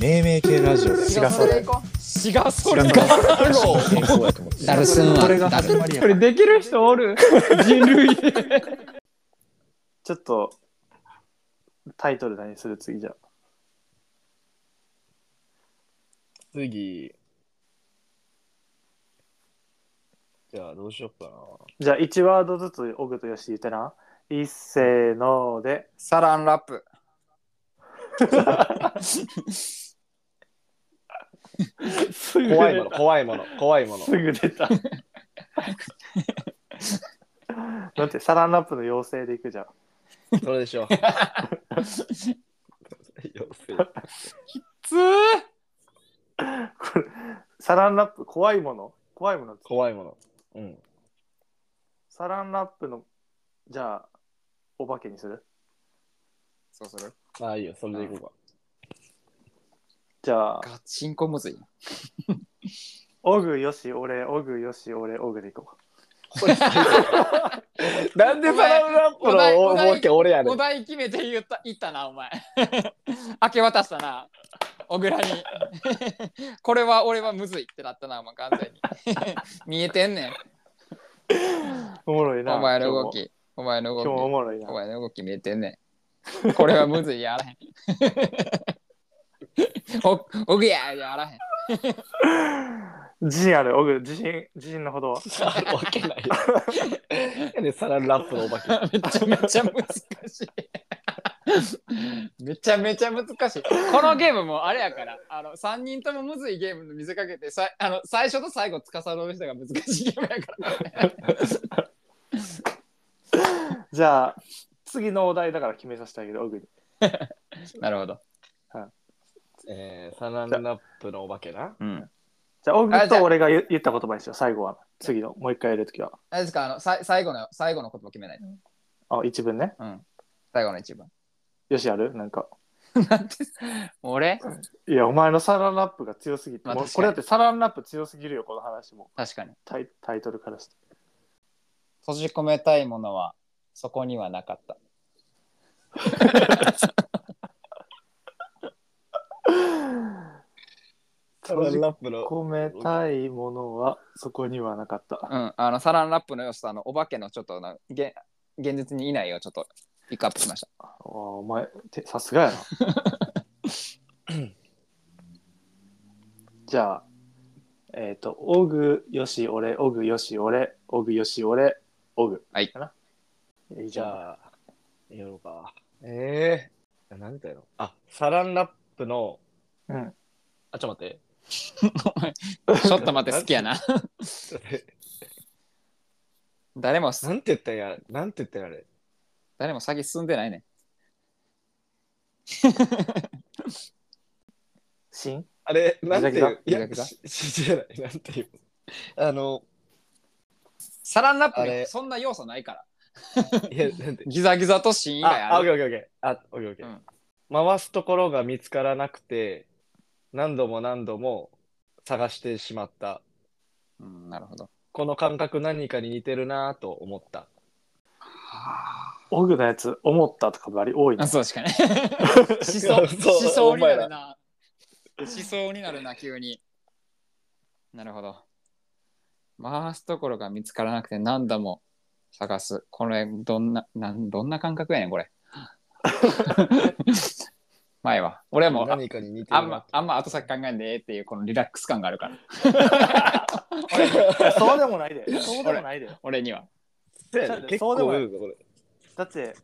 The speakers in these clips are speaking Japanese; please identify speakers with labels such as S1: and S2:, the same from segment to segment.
S1: 命名系ラジオだよ
S2: 違うそれ行こ
S3: 違うそれ
S1: 違う
S3: ガーロー
S1: 健康やと思って
S4: ダルスン
S2: これ
S4: は
S2: が
S4: ダル
S2: う
S3: これできる人おる人類
S2: ちょっとタイトル何する次じゃ
S3: 次じゃあどうしようか
S2: じゃあ1ワードずつオグとヨシ言ってな一せーので
S5: サランラップ。
S2: すぐ
S3: な怖いも
S2: 出
S3: の
S2: た
S3: 怖いもの怖いもの
S2: すぐ出たなんてサランラップの妖精でいくじゃん
S3: それでしょう
S2: これサランラップ怖いもの怖いもの
S3: 怖いものうん
S2: サランラップのじゃあお化けにする
S5: そうする
S3: まあいいよそれでいこうか
S2: じゃあ
S5: ガチンコむずい。
S2: オグよし俺オグよし俺オグでいこう
S3: なんでサランラップ
S4: お前
S3: の
S4: お前
S3: 思いっき俺やね
S4: お
S3: ん
S4: 題決めて言った言ったなお前 明け渡したな小倉に これは俺はむずいってなったなお前完全に 見えてんねん
S2: おもろいな
S4: お前の動
S2: 今
S4: きお前の
S2: 日も今日もお
S4: 動き
S2: もろいな
S4: お前の動き見えてんねんこれはむずいやあらへん おおぐややあらへん
S2: 自信あるオグ自信自信のほどは
S3: あるわけないよなんでサランラップのお化け
S4: めちゃめちゃ難しい。めちゃめちゃ難しい。このゲームもあれやから、あの3人ともむずいゲームの水かけて、さいあの最初と最後つかさどる人が難しいゲームやから。
S2: じゃあ次のお題だから決めさせてあげるオグに
S4: なるほど。
S3: えー、サランラップのお化けな
S4: うん、
S2: じゃあオグ
S4: あじゃあ
S2: と俺が言言った言葉にしよう最後は次のもう一回やるときは
S4: あれですかあのさい最後の最後の言葉決めないと。
S2: あ一文ね
S4: うん、最後の一番。
S2: よしあるなんか
S4: なんて俺
S2: いやお前のサランラップが強すぎて、
S4: まあ
S2: もう
S4: 確
S2: こ
S4: か
S2: れ
S4: に
S2: だってサランラップ強すぎるよこの話も
S4: 確かに。
S2: タイタイトルからして
S4: 閉じ込めたいものはそこにはなかった。
S3: サランラップの
S2: 込めたいものはそこにはなかった。
S4: うん、あのサランラップの良さのお化けのちょっとな現現実にいないをちょっとピックアップしました。
S2: あお前てさすが やな。じゃあえっ、とオグよし俺オグよし俺オグよし俺オグ
S4: はい
S2: かな。いい
S3: じ
S2: じゃん。
S3: ゃあ、やろうか。ええー。何だよ。あ、サランラップの、
S2: うん。
S3: あ、ちょっと待って。
S4: ちょっと待って、好きやな。
S3: ちょっと待って
S4: 誰もす、
S3: なんて言ったんや、なんて言ったんやあれ。
S4: 誰も先進んでないね。
S2: しん
S3: あれ、なんて言う。い
S4: ギザ
S3: や
S4: ギザ、
S3: ししじゃない。なんて言う。あの、
S4: サランラップ
S3: あれ
S4: にそんな要素ないから。
S3: いや、な んて。
S4: ギザギザとシーン以外
S3: あ、あ
S4: あ
S3: オッ
S4: る。
S3: ケーオッケーオッケー。あ、オッケーオッケー。
S4: うん
S3: 回すところが見つからなくて、何度も何度も探してしまった。
S4: うん、なるほど。
S3: この感覚何かに似てるなぁと思った。
S2: オグのやつ思ったとかばり多い
S4: あ
S2: な。
S4: そうしかね。思想、思 想
S3: そう
S4: にな
S3: お前
S4: るな。思想になるな、急に。なるほど。回すところが見つからなくて何度も探す。これ、どんな、なんどんな感覚やねん、これ。 前は。俺はもう、
S3: 何かに似て
S4: あ
S3: る
S4: ん
S3: な
S4: ま。、あんま後先考えんでええっていう、このリラックス感があるから、
S2: いやそうでも ないで。そうでもないで。
S4: 俺には。
S3: そうやね結
S2: そう
S3: 構
S2: でもない
S3: 多いぞこれ。
S2: だって、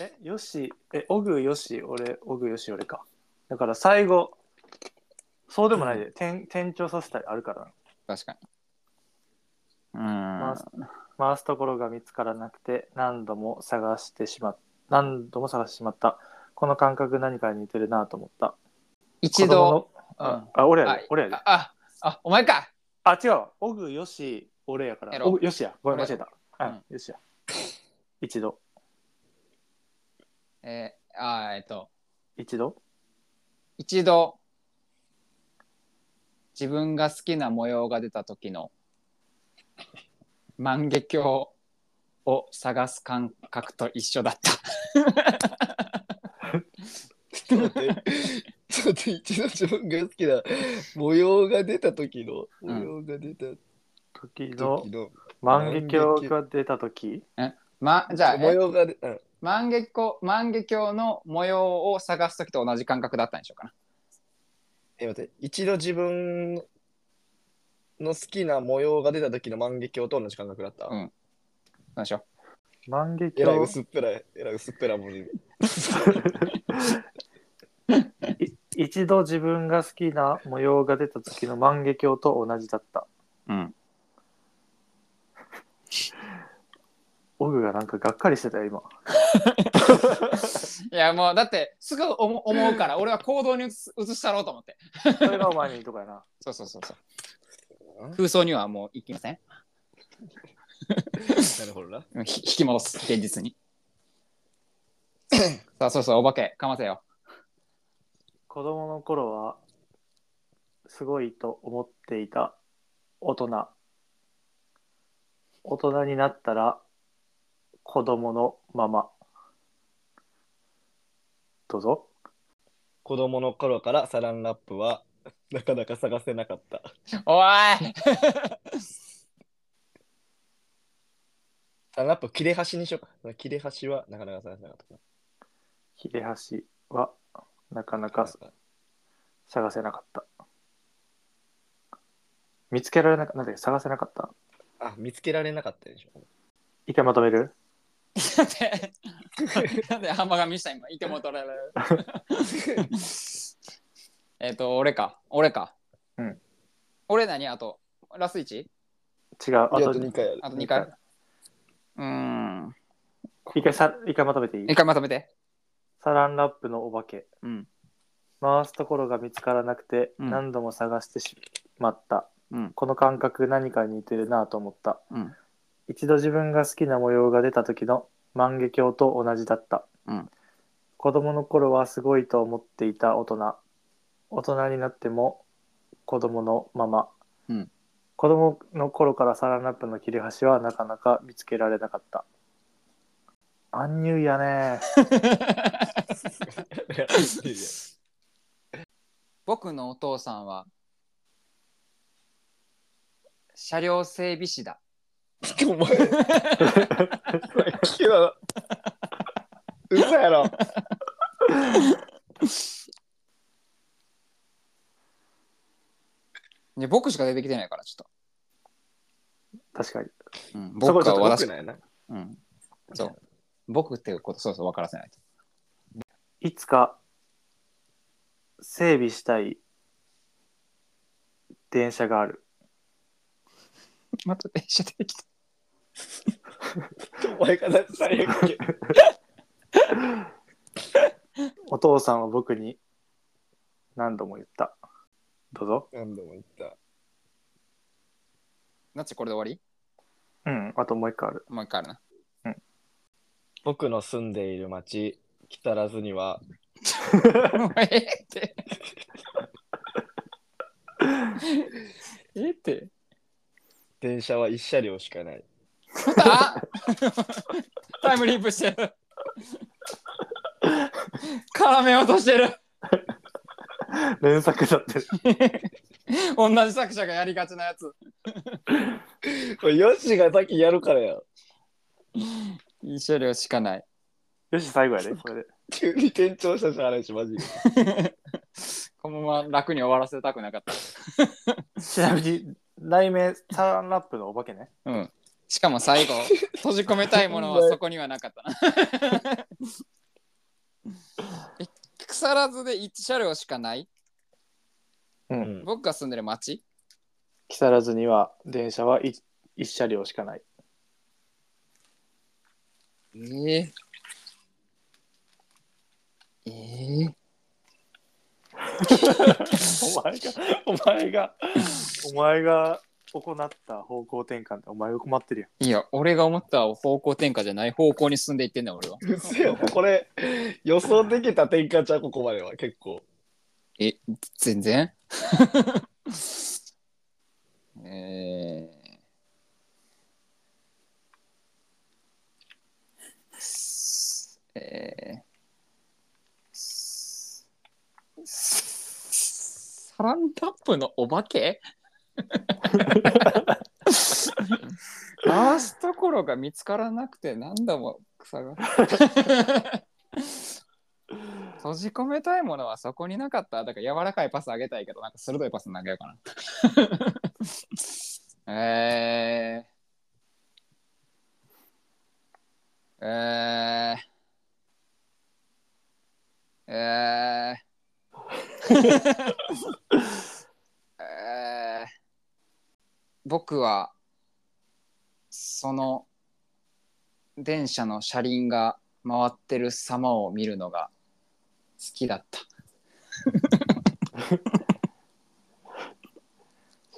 S2: え、よし、え、オグよし、俺、オグよし、俺か。だから最後、そうでもないで、転転調させたりあるからな
S4: 確かに。うーん
S2: 回す。回すところが見つからなくて、何度も探してしまっ何度も探してしまった。この感覚何かに似てるなと思った。
S4: 一
S2: 子供
S4: 度。
S2: の、
S4: うん
S2: あ、あ俺や
S4: あ
S2: で、俺やで。
S4: あ、あ、お前か。
S2: あ、違うわ。オグよし、俺やか
S4: や
S2: ら。
S4: ろ
S2: オグよしや。ごめん、間違えた。う
S4: ろ
S2: ん、よしや。一度、
S4: えー、あーえっと、
S2: 一度、
S4: 一度、自分が好きな模様が出た時の万華鏡を探す感覚と一緒だった。
S3: ちょっと待ってちょっと一度自分が好きな模様が出た時の、
S5: うん
S3: 模様が出た
S2: 時の
S3: 時の、
S2: 万華鏡が出た時
S4: ま、じゃあ、
S3: 模
S4: え
S3: 様が出うん
S4: 万華鏡、万華鏡の模様を探すときと同じ感覚だったんでしょうかな。
S3: え、待って、一度自分の好きな模様が出た時の万華鏡と同じ感覚だった。
S4: うんどうでしょ
S2: 万華
S3: えらい
S2: 鏡
S3: 薄っぺらい、えらい薄っぺらいもん。
S2: い一度自分が好きな模様が出た時の万華鏡と同じだった
S4: う。うん。
S2: オグがなんかがっかりしてた よ今
S4: いや、もう、だって、すぐ思思うから、俺は行動に移す移したろうと思って。
S2: それがお前にいいとかやな
S4: そうそうそうそう。
S3: うん
S4: 空想にはもう行きません。
S3: なるほどな。
S4: うんひ引き戻す、現実に。さあ、そうそう、お化け、かませよ。
S2: 子供の頃はすごいと思っていた大人大人になったら子供のままどうぞ
S3: 子供の頃からサランラップはなかなか探せなかった。
S4: おい
S3: サランラップ切れ端にしようか。その切れ端はなかなか探せなかった
S2: 切れ端はなかな
S3: か
S2: か探せなかった見つけられなかったなんだっけ探せなかった
S3: ら。あ、見つけられなかったでしょ。
S2: 一回まとめる
S4: なんで、なんで、ハンマーが見した今、いても取られる。 えっと、俺か、俺か。
S2: うん。
S4: 俺何あと、ラス 1?
S2: 違うあ
S3: あと
S2: と
S3: 2回ある。
S4: あと2回。うーん。
S2: 一回さ一回まとめていい
S4: 一回まとめて。
S2: サランラップのお化け
S4: うん。
S2: 回すところが見つからなくて
S4: うん
S2: 何度も探してしまった、
S4: うん
S2: この感覚何かに似てるなと思った、
S4: うん
S2: 一度自分が好きな模様が出た時の万華鏡と同じだった、
S4: うん
S2: 子供の頃はすごいと思っていた大人大人になっても子供のまま、
S4: うん
S2: 子供の頃からサランラップの切れ端はなかなか見つけられなかったアンニュイやね
S4: 僕のお父さんは、車両整備士だ。
S3: お前、 今の、嘘やろ。
S4: ね、僕しか出てきてないから、ちょっ
S2: 確かに
S4: と。うん、
S2: そこ
S4: 僕
S2: ちょ
S4: は
S2: っと
S3: 怖
S4: 私
S3: く、ないな。
S4: うん。そう。僕っていうこと、そうそう、分からせないと。
S2: いつか整備したい電車がある。
S4: また電車出てきた。
S3: お前が何される っけ
S2: お父さんは僕に何度も言った。どうぞ。
S3: 何度も言った。
S4: なっちこれで終わ
S2: うん、あともう一個ある。
S4: りもう一回ある な。
S3: 僕の住んでいる町、木更津には、
S4: ええって。ええって。
S3: 電車は一車両しかない。
S4: あタイムリープしてる。絡めようとしてる。
S2: 連作だ って。
S4: 同じ作者がやりがちなやつ。
S3: これヨシがさっきやるからや。
S4: 一緒量しかない。
S2: よし、最後やで、これで。
S3: 急に転調したし、あれし、マジで。
S4: このまま楽に終わらせたくなかった。
S2: ちなみに、題名、サランラップのお化けね。
S4: うん。しかも最後、閉じ込めたいものはそこにはなかったな。 え腐らずで一車両しかない
S2: うん
S3: うん
S4: 僕が住んでる町
S2: 木更津には電車は一一車両しかない。
S4: ええええ
S2: お前が、お前が、お前が行った方向転換ってお前が困ってるやん。
S4: いや、俺が思った方向転換じゃない方向に進んでいってんだよ、俺は。
S3: うせよ、これ、予想できた転換ちゃう、ここまでは、結構。
S4: え、全然 えーすえーすサランラップのお化け回すところが見つからなくて何度も草が閉じ込めたいものはそこになかっただから柔らかいパスあげたいけどなんか鋭いパス投げようかなえー、えー、えー、えー僕はその電車の車輪が回ってる様を見るのが好きだった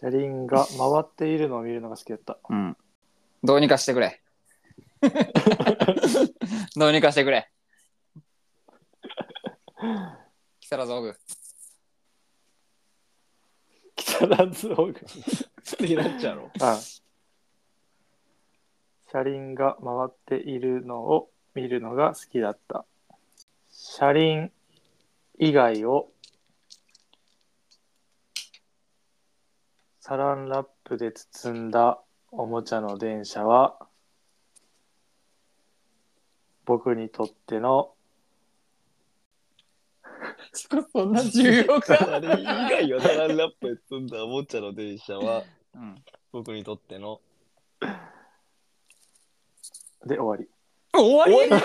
S2: 車輪が回っているのを見るのが好きだった。
S4: うんどうにかしてくれ どうにかしてくれ木更津オグ
S2: 木更津オグ。
S3: 次なっちゃうの
S2: うん車輪が回っているのを見るのが好きだった。車輪以外をサランラップで包んだおもちゃの電車は僕にとっての
S4: そんな重要
S3: あれ以外よ、サランラップで積んだおもちゃの電車は、
S4: うん、
S3: 僕にとっての。
S2: で終わり。
S4: 終わり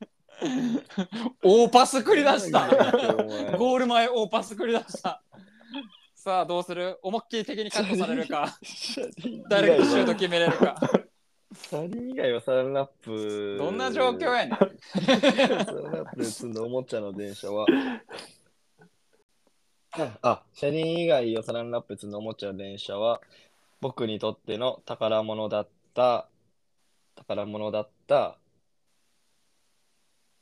S4: 大パス繰り出した ゴール前大パス繰り出したさあどうする思いっきり敵にカットされる か誰がシュート決めれるか
S3: サリン以外はサランラップ。
S4: どんな状況やねん
S3: サラン ラップで積んだおもちゃの電車は。あ、車輪以外をサランラップで積んだおもちゃの電車は、僕にとっての宝物だった。宝物だった。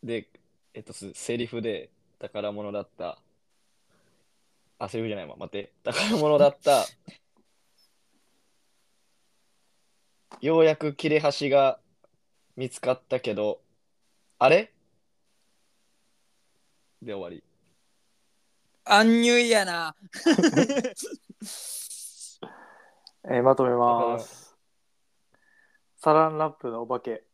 S3: で、えっと、すセリフで宝物だった。あ、セリフじゃないわ。待って。宝物だった。ようやく切れ端が見つかったけど、あれで終わり。
S4: アンニュイやな
S2: えーまとめます。サランラップのお化け。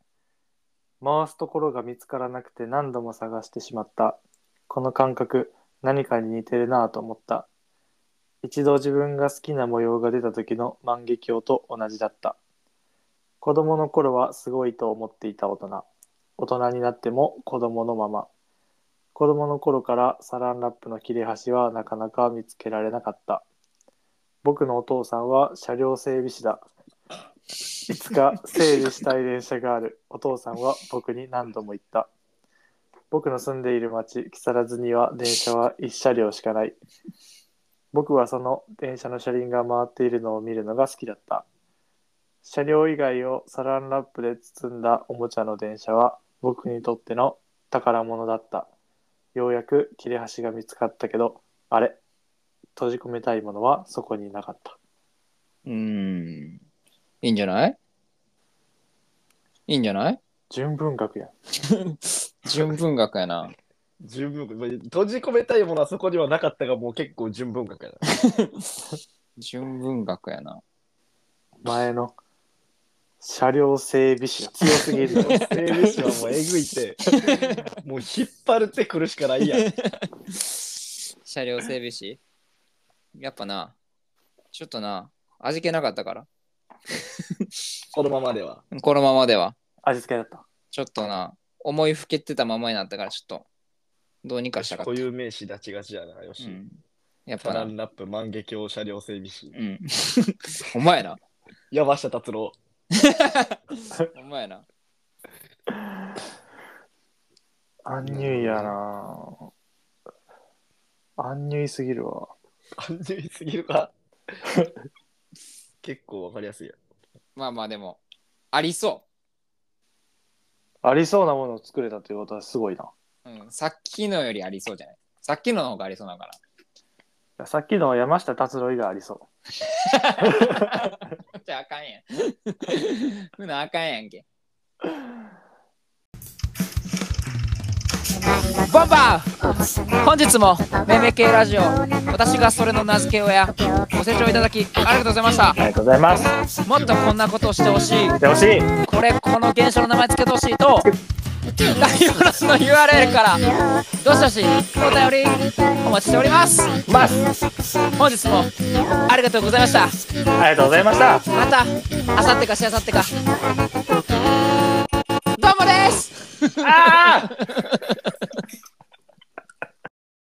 S2: 回すところが見つからなくて何度も探してしまった。この感覚、何かに似てるなぁと思った。一度自分が好きな模様が出た時の万華鏡と同じだった。子供の頃はすごいと思っていた大人。大人になっても子供のまま。子供の頃からサランラップの切れ端はなかなか見つけられなかった。僕のお父さんは車両整備士だ。いつか整備したい電車がある。お父さんは僕に何度も言った。僕の住んでいる町、木更津には電車は1車両しかない。僕はその電車の車輪が回っているのを見るのが好きだった。車両以外をサランラップで包んだおもちゃの電車は僕にとっての宝物だった。ようやく切れ端が見つかったけど、あれ閉じ込めたいものはそこになかった。
S4: うんいいんじゃないいいんじゃない
S2: 純文学やん。
S4: 純文学やな
S3: 純文学。まあ閉じ込めたいものはそこにはなかったが、もう結構純文学やな。
S4: 純文学やな
S2: 前の車両整備士が強すぎ るよ。
S3: 整備士はもうえぐい って、もう引っ張るってくるしかないやん。
S4: 車両整備士やっぱなちょっとな味気なかったから
S3: このままでは。
S4: このままでは
S2: 味付けだった。
S4: ちょっとな思いふけてたままになったからちょっとどうにかしたかった
S3: 固、有名詞立ちがちやな、よし。
S4: うん、やっ
S3: サ
S4: ぱな
S3: ラ
S4: う
S3: ンラップ、万華鏡、車両整備士。
S4: ん お前な
S3: 山下達郎。
S4: お前な
S2: アンニュイやなぁアンニュイすぎるわ。
S3: 感じすぎる か結構わかりやすいやん。
S4: まあまあでもありそ、
S2: ありそうなものを作れたということはすごいな。いう
S4: うん、さっきのよりありそうじゃないさっきのの方がありそうだから
S2: やさっきの山下達郎以外ありそ
S4: じゃああかんやん。ふなあかんやんけ。
S1: Tonight,
S4: ボンバー本日もめめ系ラジオ私がそれの名付け親ご清聴いただきありがとうございました
S2: ありがとうございます。
S4: もっとこんなことをしてほしい
S2: でほしい。
S4: これこの現象の名前つけてほしいと概要欄の URL からどしどしお便りお待ちしております
S2: ます。
S4: 本日もありがとうございました
S2: ありがとうございました。
S4: またあさってかしあさってかどうもです
S6: ああ